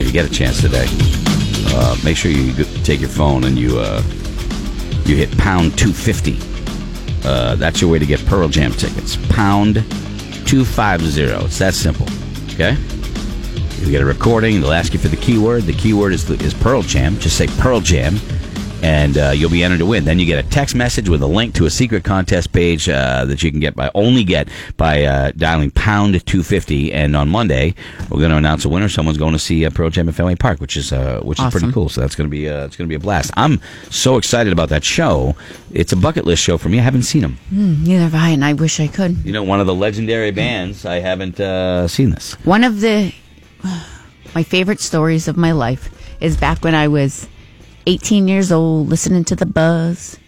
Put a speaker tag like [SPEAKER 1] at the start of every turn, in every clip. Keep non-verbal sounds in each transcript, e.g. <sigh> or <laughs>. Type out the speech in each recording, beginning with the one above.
[SPEAKER 1] you get a chance today, uh, make sure you go- take your phone and you uh, you hit pound two fifty. Uh, that's your way to get Pearl Jam tickets. Pound two five zero. It's that simple. Okay. You get a recording. They'll ask you for the keyword. The keyword is is Pearl Jam. Just say Pearl Jam, and uh, you'll be entered to win. Then you get a text message with a link to a secret contest page uh, that you can get by only get by uh, dialing pound two fifty. And on Monday, we're going to announce a winner. Someone's going to see uh, Pearl Jam at Fenway Park, which is uh, which is pretty
[SPEAKER 2] Awesome.
[SPEAKER 1] cool. So that's going to be uh, it's going to be a blast. I'm so excited about that show. It's a bucket list show for me. I haven't seen them.
[SPEAKER 2] Neither have I, and I wish I could.
[SPEAKER 1] You know, one of the legendary bands. I haven't uh, seen this.
[SPEAKER 2] One of the <sighs> my favorite stories of my life is back when I was 18 years old, listening to the buzz.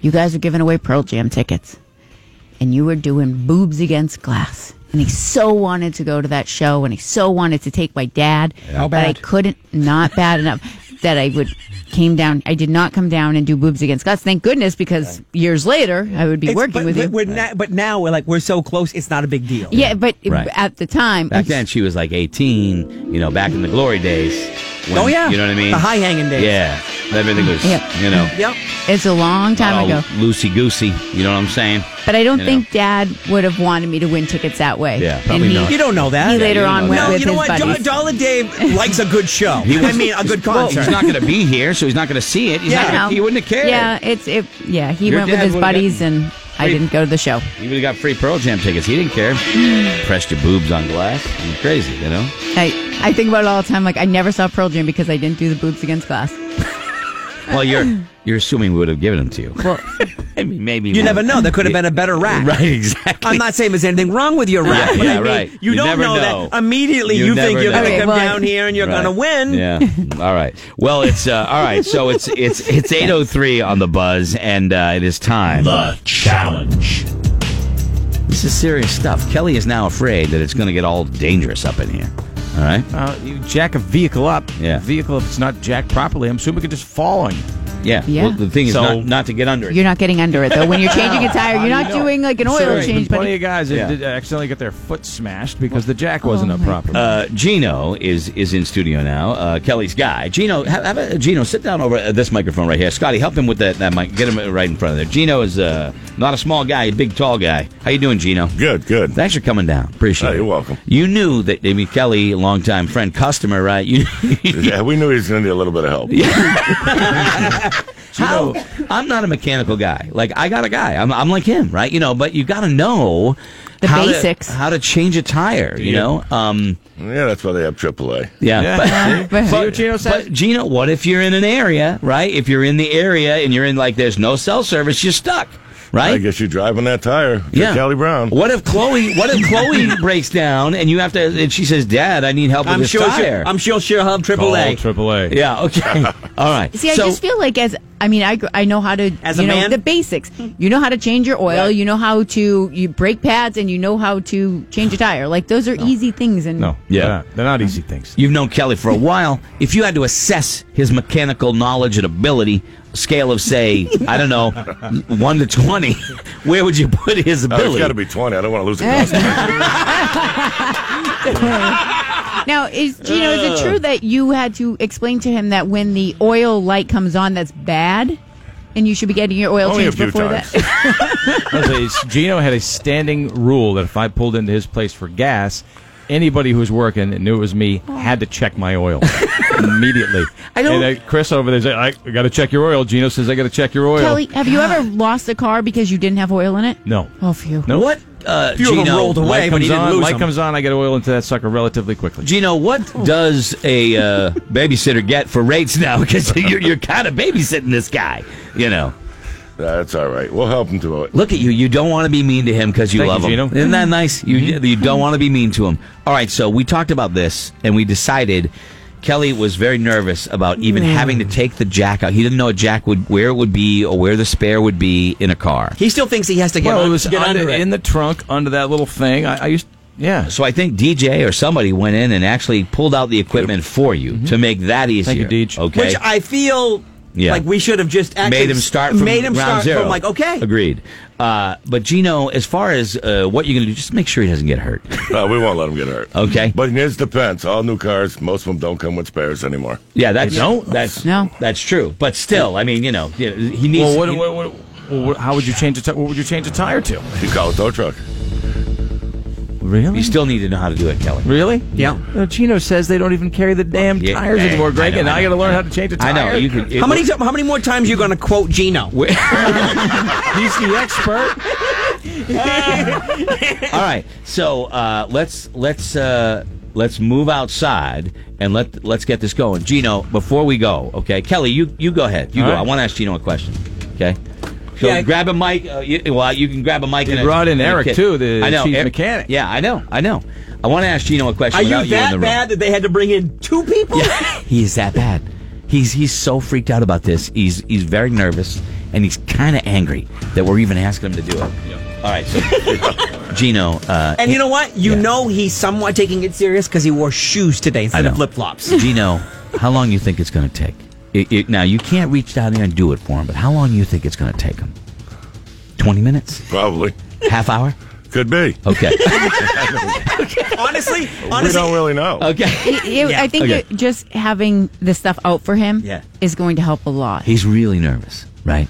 [SPEAKER 2] You guys were giving away Pearl Jam tickets, and you were doing boobs against glass. And he so wanted to go to that show, and he so wanted to take my dad.
[SPEAKER 3] How
[SPEAKER 2] but I
[SPEAKER 3] bad?
[SPEAKER 2] couldn't. Not bad enough
[SPEAKER 3] <laughs>
[SPEAKER 2] that I would came down. I did not come down and do boobs against glass. Thank goodness, because years later I would be
[SPEAKER 3] It's-
[SPEAKER 2] working
[SPEAKER 3] but,
[SPEAKER 2] with
[SPEAKER 3] but
[SPEAKER 2] you.
[SPEAKER 3] We're na- but now we're like we're so close. It's not a big deal.
[SPEAKER 2] yeah, but
[SPEAKER 1] Right.
[SPEAKER 2] at the time,
[SPEAKER 1] Back then, she was like 18, you know, back in the glory days. when-
[SPEAKER 3] Oh, yeah.
[SPEAKER 1] You know what I mean?
[SPEAKER 3] The high hanging days.
[SPEAKER 1] Yeah. Everything was,
[SPEAKER 2] Yep.
[SPEAKER 1] you know,
[SPEAKER 3] Yep.
[SPEAKER 2] it's a long time ago.
[SPEAKER 1] loosey goosey. You know what I'm saying?
[SPEAKER 2] But I don't
[SPEAKER 1] You know.
[SPEAKER 2] think Dad would have wanted me to win tickets that way.
[SPEAKER 1] Yeah,
[SPEAKER 2] And
[SPEAKER 1] probably
[SPEAKER 2] he-
[SPEAKER 1] not.
[SPEAKER 3] You don't know that.
[SPEAKER 2] He later
[SPEAKER 1] you don't
[SPEAKER 2] on
[SPEAKER 1] know
[SPEAKER 2] went
[SPEAKER 1] that.
[SPEAKER 3] no,
[SPEAKER 2] with
[SPEAKER 3] you know
[SPEAKER 2] his
[SPEAKER 3] what?
[SPEAKER 2] buddies.
[SPEAKER 3] Do- Dollar Dave likes a good show. I mean, a good
[SPEAKER 1] Well, he's
[SPEAKER 3] concert.
[SPEAKER 1] not going to be here, so he's not going to see it. He's
[SPEAKER 3] Yeah.
[SPEAKER 1] not
[SPEAKER 2] No.
[SPEAKER 1] gonna, he wouldn't have cared.
[SPEAKER 2] Yeah, it's it. Yeah, he
[SPEAKER 1] Your
[SPEAKER 2] went with
[SPEAKER 1] dad
[SPEAKER 2] his
[SPEAKER 1] would've
[SPEAKER 2] buddies,
[SPEAKER 1] gotten-
[SPEAKER 2] and I
[SPEAKER 1] Wait.
[SPEAKER 2] didn't go to the show.
[SPEAKER 1] He would have got free Pearl Jam tickets. He didn't care.
[SPEAKER 3] Hmm.
[SPEAKER 1] Pressed your boobs on glass. You're crazy, you know?
[SPEAKER 2] I I think about it all the time. Like I never saw Pearl Jam because I didn't do the boobs against glass.
[SPEAKER 1] Well, you're you're assuming we would have given them to you.
[SPEAKER 2] Well,
[SPEAKER 1] <laughs> I mean, maybe.
[SPEAKER 3] You never know. There could have been a better rack.
[SPEAKER 1] <laughs> Right, exactly.
[SPEAKER 3] I'm not saying there's anything wrong with your rap,
[SPEAKER 1] Yeah,
[SPEAKER 3] but
[SPEAKER 1] yeah,
[SPEAKER 3] I mean,
[SPEAKER 1] right.
[SPEAKER 3] you,
[SPEAKER 1] You
[SPEAKER 3] don't
[SPEAKER 1] never
[SPEAKER 3] know,
[SPEAKER 1] know.
[SPEAKER 3] that. Immediately
[SPEAKER 1] You
[SPEAKER 3] you, think
[SPEAKER 1] never
[SPEAKER 3] you're going
[SPEAKER 2] know.
[SPEAKER 3] to come
[SPEAKER 2] Okay, well-
[SPEAKER 3] down here and you're
[SPEAKER 1] Right.
[SPEAKER 3] going to win.
[SPEAKER 1] Yeah. all right. Well, it's uh, all right. So it's it's it's eight oh three on the buzz, and uh, it is time.
[SPEAKER 4] The challenge.
[SPEAKER 1] This is serious stuff. Kelly is now afraid that it's going to get all dangerous up in here. All right.
[SPEAKER 4] Uh, you jack a vehicle up.
[SPEAKER 1] Yeah.
[SPEAKER 4] A vehicle, if it's not jacked properly, I'm assuming it could just fall on you.
[SPEAKER 1] Yeah.
[SPEAKER 2] Yeah.
[SPEAKER 1] Well, the thing is
[SPEAKER 4] So-
[SPEAKER 1] not, not to get under it.
[SPEAKER 2] you're not getting under it though. When you're changing a tire,
[SPEAKER 1] <laughs>
[SPEAKER 2] you're not doing like an oil
[SPEAKER 4] There's been
[SPEAKER 2] change.
[SPEAKER 4] plenty
[SPEAKER 2] But
[SPEAKER 4] of guys that
[SPEAKER 1] Yeah.
[SPEAKER 4] did uh, accidentally got their foot smashed because the jack wasn't
[SPEAKER 2] Oh
[SPEAKER 4] up
[SPEAKER 2] my
[SPEAKER 4] properly.
[SPEAKER 1] Uh, Gino is is in studio now. Uh, Kelly's guy. Gino, have, have a, Gino, sit down over uh, this microphone right here. Scotty, help him with that, that mic. Get him right in front of there. Gino is uh, not a small guy, a big tall guy. How you doing, Gino?
[SPEAKER 5] Good, good.
[SPEAKER 1] Thanks for coming down. Appreciate
[SPEAKER 5] Oh,
[SPEAKER 1] it.
[SPEAKER 5] you're welcome.
[SPEAKER 1] You knew that I mean, Kelly, a longtime friend, customer, right? You, <laughs>
[SPEAKER 5] yeah, we knew he was going to need a little bit of help.
[SPEAKER 1] how? I'm not a mechanical guy. Like I got a guy. I'm, I'm like him, right? You know, but you got to know
[SPEAKER 2] The
[SPEAKER 1] how
[SPEAKER 2] basics.
[SPEAKER 1] to, how to change a tire. You
[SPEAKER 4] Yeah.
[SPEAKER 1] know, um,
[SPEAKER 5] Yeah, that's why they have AAA.
[SPEAKER 1] yeah.
[SPEAKER 2] <laughs>
[SPEAKER 4] Yeah.
[SPEAKER 2] But-
[SPEAKER 4] See what Gino says?
[SPEAKER 1] But Gina, what if you're in an area, right? If you're in the area and you're in like there's no cell service, you're stuck, right?
[SPEAKER 5] I guess you're driving that tire. You're Kelly Brown.
[SPEAKER 1] What if Chloe? What if Chloe <laughs> breaks down and you have to? And she says, "Dad, I need help with
[SPEAKER 3] I'm
[SPEAKER 1] this
[SPEAKER 3] sure,
[SPEAKER 1] tire."
[SPEAKER 3] she'll, I'm sure she'll have triple
[SPEAKER 4] Call
[SPEAKER 3] A.
[SPEAKER 4] AAA.
[SPEAKER 1] yeah.
[SPEAKER 3] <laughs>
[SPEAKER 1] Okay. All right.
[SPEAKER 2] See, I
[SPEAKER 1] so,
[SPEAKER 2] just feel like as I mean, I gr- I know how to
[SPEAKER 3] As a
[SPEAKER 2] you know
[SPEAKER 3] man?
[SPEAKER 2] the basics. You know how to change your oil.
[SPEAKER 1] Right.
[SPEAKER 2] You know how to you brake pads, and you know how to change a tire. Like those are easy things. And
[SPEAKER 4] No.
[SPEAKER 1] Yeah.
[SPEAKER 4] They're not, they're not easy <laughs> things.
[SPEAKER 1] You've known Kelly for a while. If you had to assess his mechanical knowledge and ability, scale of say, I don't
[SPEAKER 3] <laughs>
[SPEAKER 1] know, one to twenty, <laughs> where would you put his
[SPEAKER 5] Oh, it's
[SPEAKER 1] ability?
[SPEAKER 5] got to be 20. I don't want to lose
[SPEAKER 1] <laughs>
[SPEAKER 5] the customer.
[SPEAKER 2] now, is Gino? Is it true that you had to explain to him that when the oil light comes on, that's bad, and you should be getting your oil
[SPEAKER 5] Only a
[SPEAKER 2] changed
[SPEAKER 5] few
[SPEAKER 2] before
[SPEAKER 5] times.
[SPEAKER 2] that?
[SPEAKER 1] <laughs>
[SPEAKER 4] Honestly, it's- Gino had a standing rule that if I pulled into his place for gas, anybody who was working and knew it was me had to check my
[SPEAKER 2] <laughs>
[SPEAKER 4] oil immediately.
[SPEAKER 1] I don't-
[SPEAKER 4] And uh, Chris over there's like, I got to check your oil. Gino says I got to check your oil.
[SPEAKER 2] Kelly, have you ever lost a car because you didn't have oil in it?
[SPEAKER 4] No.
[SPEAKER 2] Oh, phew.
[SPEAKER 4] No.
[SPEAKER 1] What, uh,
[SPEAKER 3] Few of them
[SPEAKER 1] Gino?
[SPEAKER 3] rolled away.
[SPEAKER 4] Light
[SPEAKER 3] but he
[SPEAKER 4] comes
[SPEAKER 3] didn't
[SPEAKER 4] on.
[SPEAKER 3] lose
[SPEAKER 4] Light
[SPEAKER 3] them.
[SPEAKER 4] comes on. I get oil into that sucker relatively quickly.
[SPEAKER 1] Gino, what does a uh, babysitter get for rates now? <laughs> Because you're, you're kind of babysitting this guy, you know.
[SPEAKER 5] That's all right. We'll help him to it.
[SPEAKER 1] Look at you. You don't want to be mean to him because you
[SPEAKER 4] Thank
[SPEAKER 1] love
[SPEAKER 4] you,
[SPEAKER 1] him.
[SPEAKER 4] Gino.
[SPEAKER 1] Isn't that nice? You
[SPEAKER 3] Mm-hmm.
[SPEAKER 1] you don't want to be mean to him. All right. So we talked about this, and we decided Kelly was very nervous about even having to take the jack out. He didn't know a jack would where it would be or where the spare would be in a car.
[SPEAKER 3] He still thinks he has to get,
[SPEAKER 4] well,
[SPEAKER 3] un-
[SPEAKER 4] it was
[SPEAKER 3] get
[SPEAKER 4] under,
[SPEAKER 3] under it.
[SPEAKER 4] in the trunk under that little thing. I, I used yeah.
[SPEAKER 1] So I think DJ or somebody went
[SPEAKER 3] Mm-hmm.
[SPEAKER 1] in and actually pulled out the equipment for you to make that easier.
[SPEAKER 4] you, Deej.
[SPEAKER 1] Okay.
[SPEAKER 3] Which I feel
[SPEAKER 1] Yeah.
[SPEAKER 3] Like we should have just actually
[SPEAKER 1] made him start from
[SPEAKER 3] made him
[SPEAKER 1] round
[SPEAKER 3] start
[SPEAKER 1] zero.
[SPEAKER 3] from like okay.
[SPEAKER 1] agreed. Uh, but Gino, as far as uh, what you're gonna do, just make sure he doesn't get hurt.
[SPEAKER 5] No, we won't let them get hurt.
[SPEAKER 1] Okay.
[SPEAKER 5] But here's the Pence. All new cars, most of them don't come with spares anymore.
[SPEAKER 1] Yeah, that's no, that's
[SPEAKER 2] No.
[SPEAKER 1] that's true. But still, I mean, you know, you know, he needs.
[SPEAKER 4] Well, what,
[SPEAKER 1] he-
[SPEAKER 4] what, what, well, what, how would you change a ti- what would you change a tire to?
[SPEAKER 5] You call a tow truck.
[SPEAKER 4] Really?
[SPEAKER 1] you still need to know how to do it, Kelly.
[SPEAKER 4] really?
[SPEAKER 3] Yeah.
[SPEAKER 4] Uh, Gino says they don't even carry the damn
[SPEAKER 1] Yeah,
[SPEAKER 4] tires
[SPEAKER 1] hey,
[SPEAKER 4] anymore, Greg,
[SPEAKER 1] I know,
[SPEAKER 4] and
[SPEAKER 1] I
[SPEAKER 4] I, got
[SPEAKER 1] know,
[SPEAKER 4] to learn
[SPEAKER 1] I
[SPEAKER 4] how
[SPEAKER 1] know.
[SPEAKER 4] to change a
[SPEAKER 1] I
[SPEAKER 4] tire.
[SPEAKER 1] know. You could, it-
[SPEAKER 3] How many ti- how many more times are you going to quote Gino?
[SPEAKER 4] <laughs> He's the expert.
[SPEAKER 1] All right, so uh, let's let's uh, let's move outside and let let's get this going. Gino, before we go, okay, Kelly, you you go ahead. You
[SPEAKER 4] All
[SPEAKER 1] go.
[SPEAKER 4] right.
[SPEAKER 1] I want to ask Gino a question. Okay. So
[SPEAKER 3] Yeah.
[SPEAKER 1] grab a mic. Uh, you, well, you can grab a mic.
[SPEAKER 4] They
[SPEAKER 1] and a-
[SPEAKER 4] brought in
[SPEAKER 1] and a
[SPEAKER 4] Eric,
[SPEAKER 1] kit.
[SPEAKER 4] too, the
[SPEAKER 1] I know,
[SPEAKER 4] chief
[SPEAKER 1] Eric-
[SPEAKER 4] mechanic.
[SPEAKER 1] Yeah, I know, I know. I want to ask Gino a question.
[SPEAKER 3] Are you
[SPEAKER 1] without
[SPEAKER 3] that
[SPEAKER 1] in the room.
[SPEAKER 3] bad that they had to bring in two people?
[SPEAKER 1] He is that bad. He's he's so freaked out about this. He's he's very nervous and he's kind of angry that we're even asking him to do it. All right, so <laughs> Gino, uh,
[SPEAKER 3] <laughs> And you know what? You
[SPEAKER 1] Yeah.
[SPEAKER 3] know he's somewhat taking it serious because he wore shoes today
[SPEAKER 1] I
[SPEAKER 3] instead of
[SPEAKER 1] know.
[SPEAKER 3] flip flops.
[SPEAKER 1] Gino, how long you think it's going to take? It, it, now you can't reach down there and do it for him, but how long you think it's going to take him? Twenty minutes?
[SPEAKER 5] Probably.
[SPEAKER 1] Half hour?
[SPEAKER 5] Could be.
[SPEAKER 1] Okay.
[SPEAKER 3] <laughs>
[SPEAKER 1] <laughs>
[SPEAKER 3] honestly,
[SPEAKER 5] We
[SPEAKER 3] honestly,
[SPEAKER 5] don't really know.
[SPEAKER 1] okay.
[SPEAKER 2] It- it- I think
[SPEAKER 1] Okay.
[SPEAKER 2] it- just having this stuff out for him
[SPEAKER 1] Yeah.
[SPEAKER 2] is going to help a lot.
[SPEAKER 1] He's really nervous, right?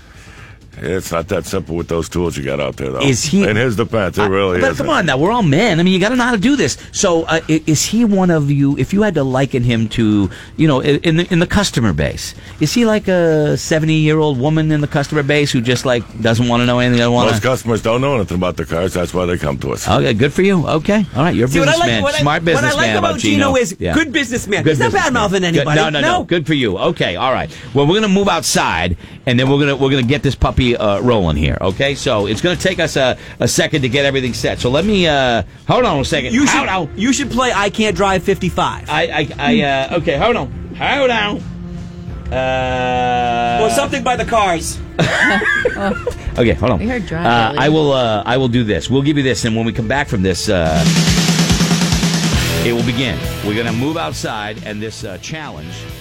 [SPEAKER 5] It's not that simple with those tools you got out there, though.
[SPEAKER 1] Is he-
[SPEAKER 5] In his defense, it really
[SPEAKER 1] But
[SPEAKER 5] is.
[SPEAKER 1] come on now, we're all men. I mean, you got to know how to do this. So, uh, i- is he one of you? If you had to liken him to, you know, i- in the in the customer base, is he like a seventy year old woman in the customer base who just like doesn't want to know anything?
[SPEAKER 5] Most
[SPEAKER 1] Want to?
[SPEAKER 5] customers don't know anything about their cars. That's why they come to us.
[SPEAKER 1] Okay, good for you. Okay, all right, you're a
[SPEAKER 3] See, what I
[SPEAKER 1] businessman,
[SPEAKER 3] like, what I,
[SPEAKER 1] smart
[SPEAKER 3] what I
[SPEAKER 1] businessman.
[SPEAKER 3] like about, Gino, is
[SPEAKER 1] Yeah.
[SPEAKER 3] good businessman.
[SPEAKER 1] Good
[SPEAKER 3] He's not bad
[SPEAKER 1] businessman.
[SPEAKER 3] mouthing
[SPEAKER 1] Good-
[SPEAKER 3] anybody.
[SPEAKER 1] no, no, no, Good for you. Okay, all right. Well, we're gonna move outside, and then we're gonna we're gonna get this puppy uh, rolling here. Okay, so it's gonna take us a, a second to get everything set. So let me uh, hold on a second.
[SPEAKER 3] You
[SPEAKER 1] hold
[SPEAKER 3] should,
[SPEAKER 1] on.
[SPEAKER 3] you should play I Can't Drive 55.
[SPEAKER 1] I I, I uh, okay. Hold on. Hold on. Uh,
[SPEAKER 3] or something by the cars.
[SPEAKER 1] Okay, hold on.
[SPEAKER 2] We heard dry
[SPEAKER 1] uh,
[SPEAKER 2] belly.
[SPEAKER 1] I will. Uh, I will do this. We'll give you this, and when we come back from this, uh, it will begin. We're gonna move outside, and this uh, challenge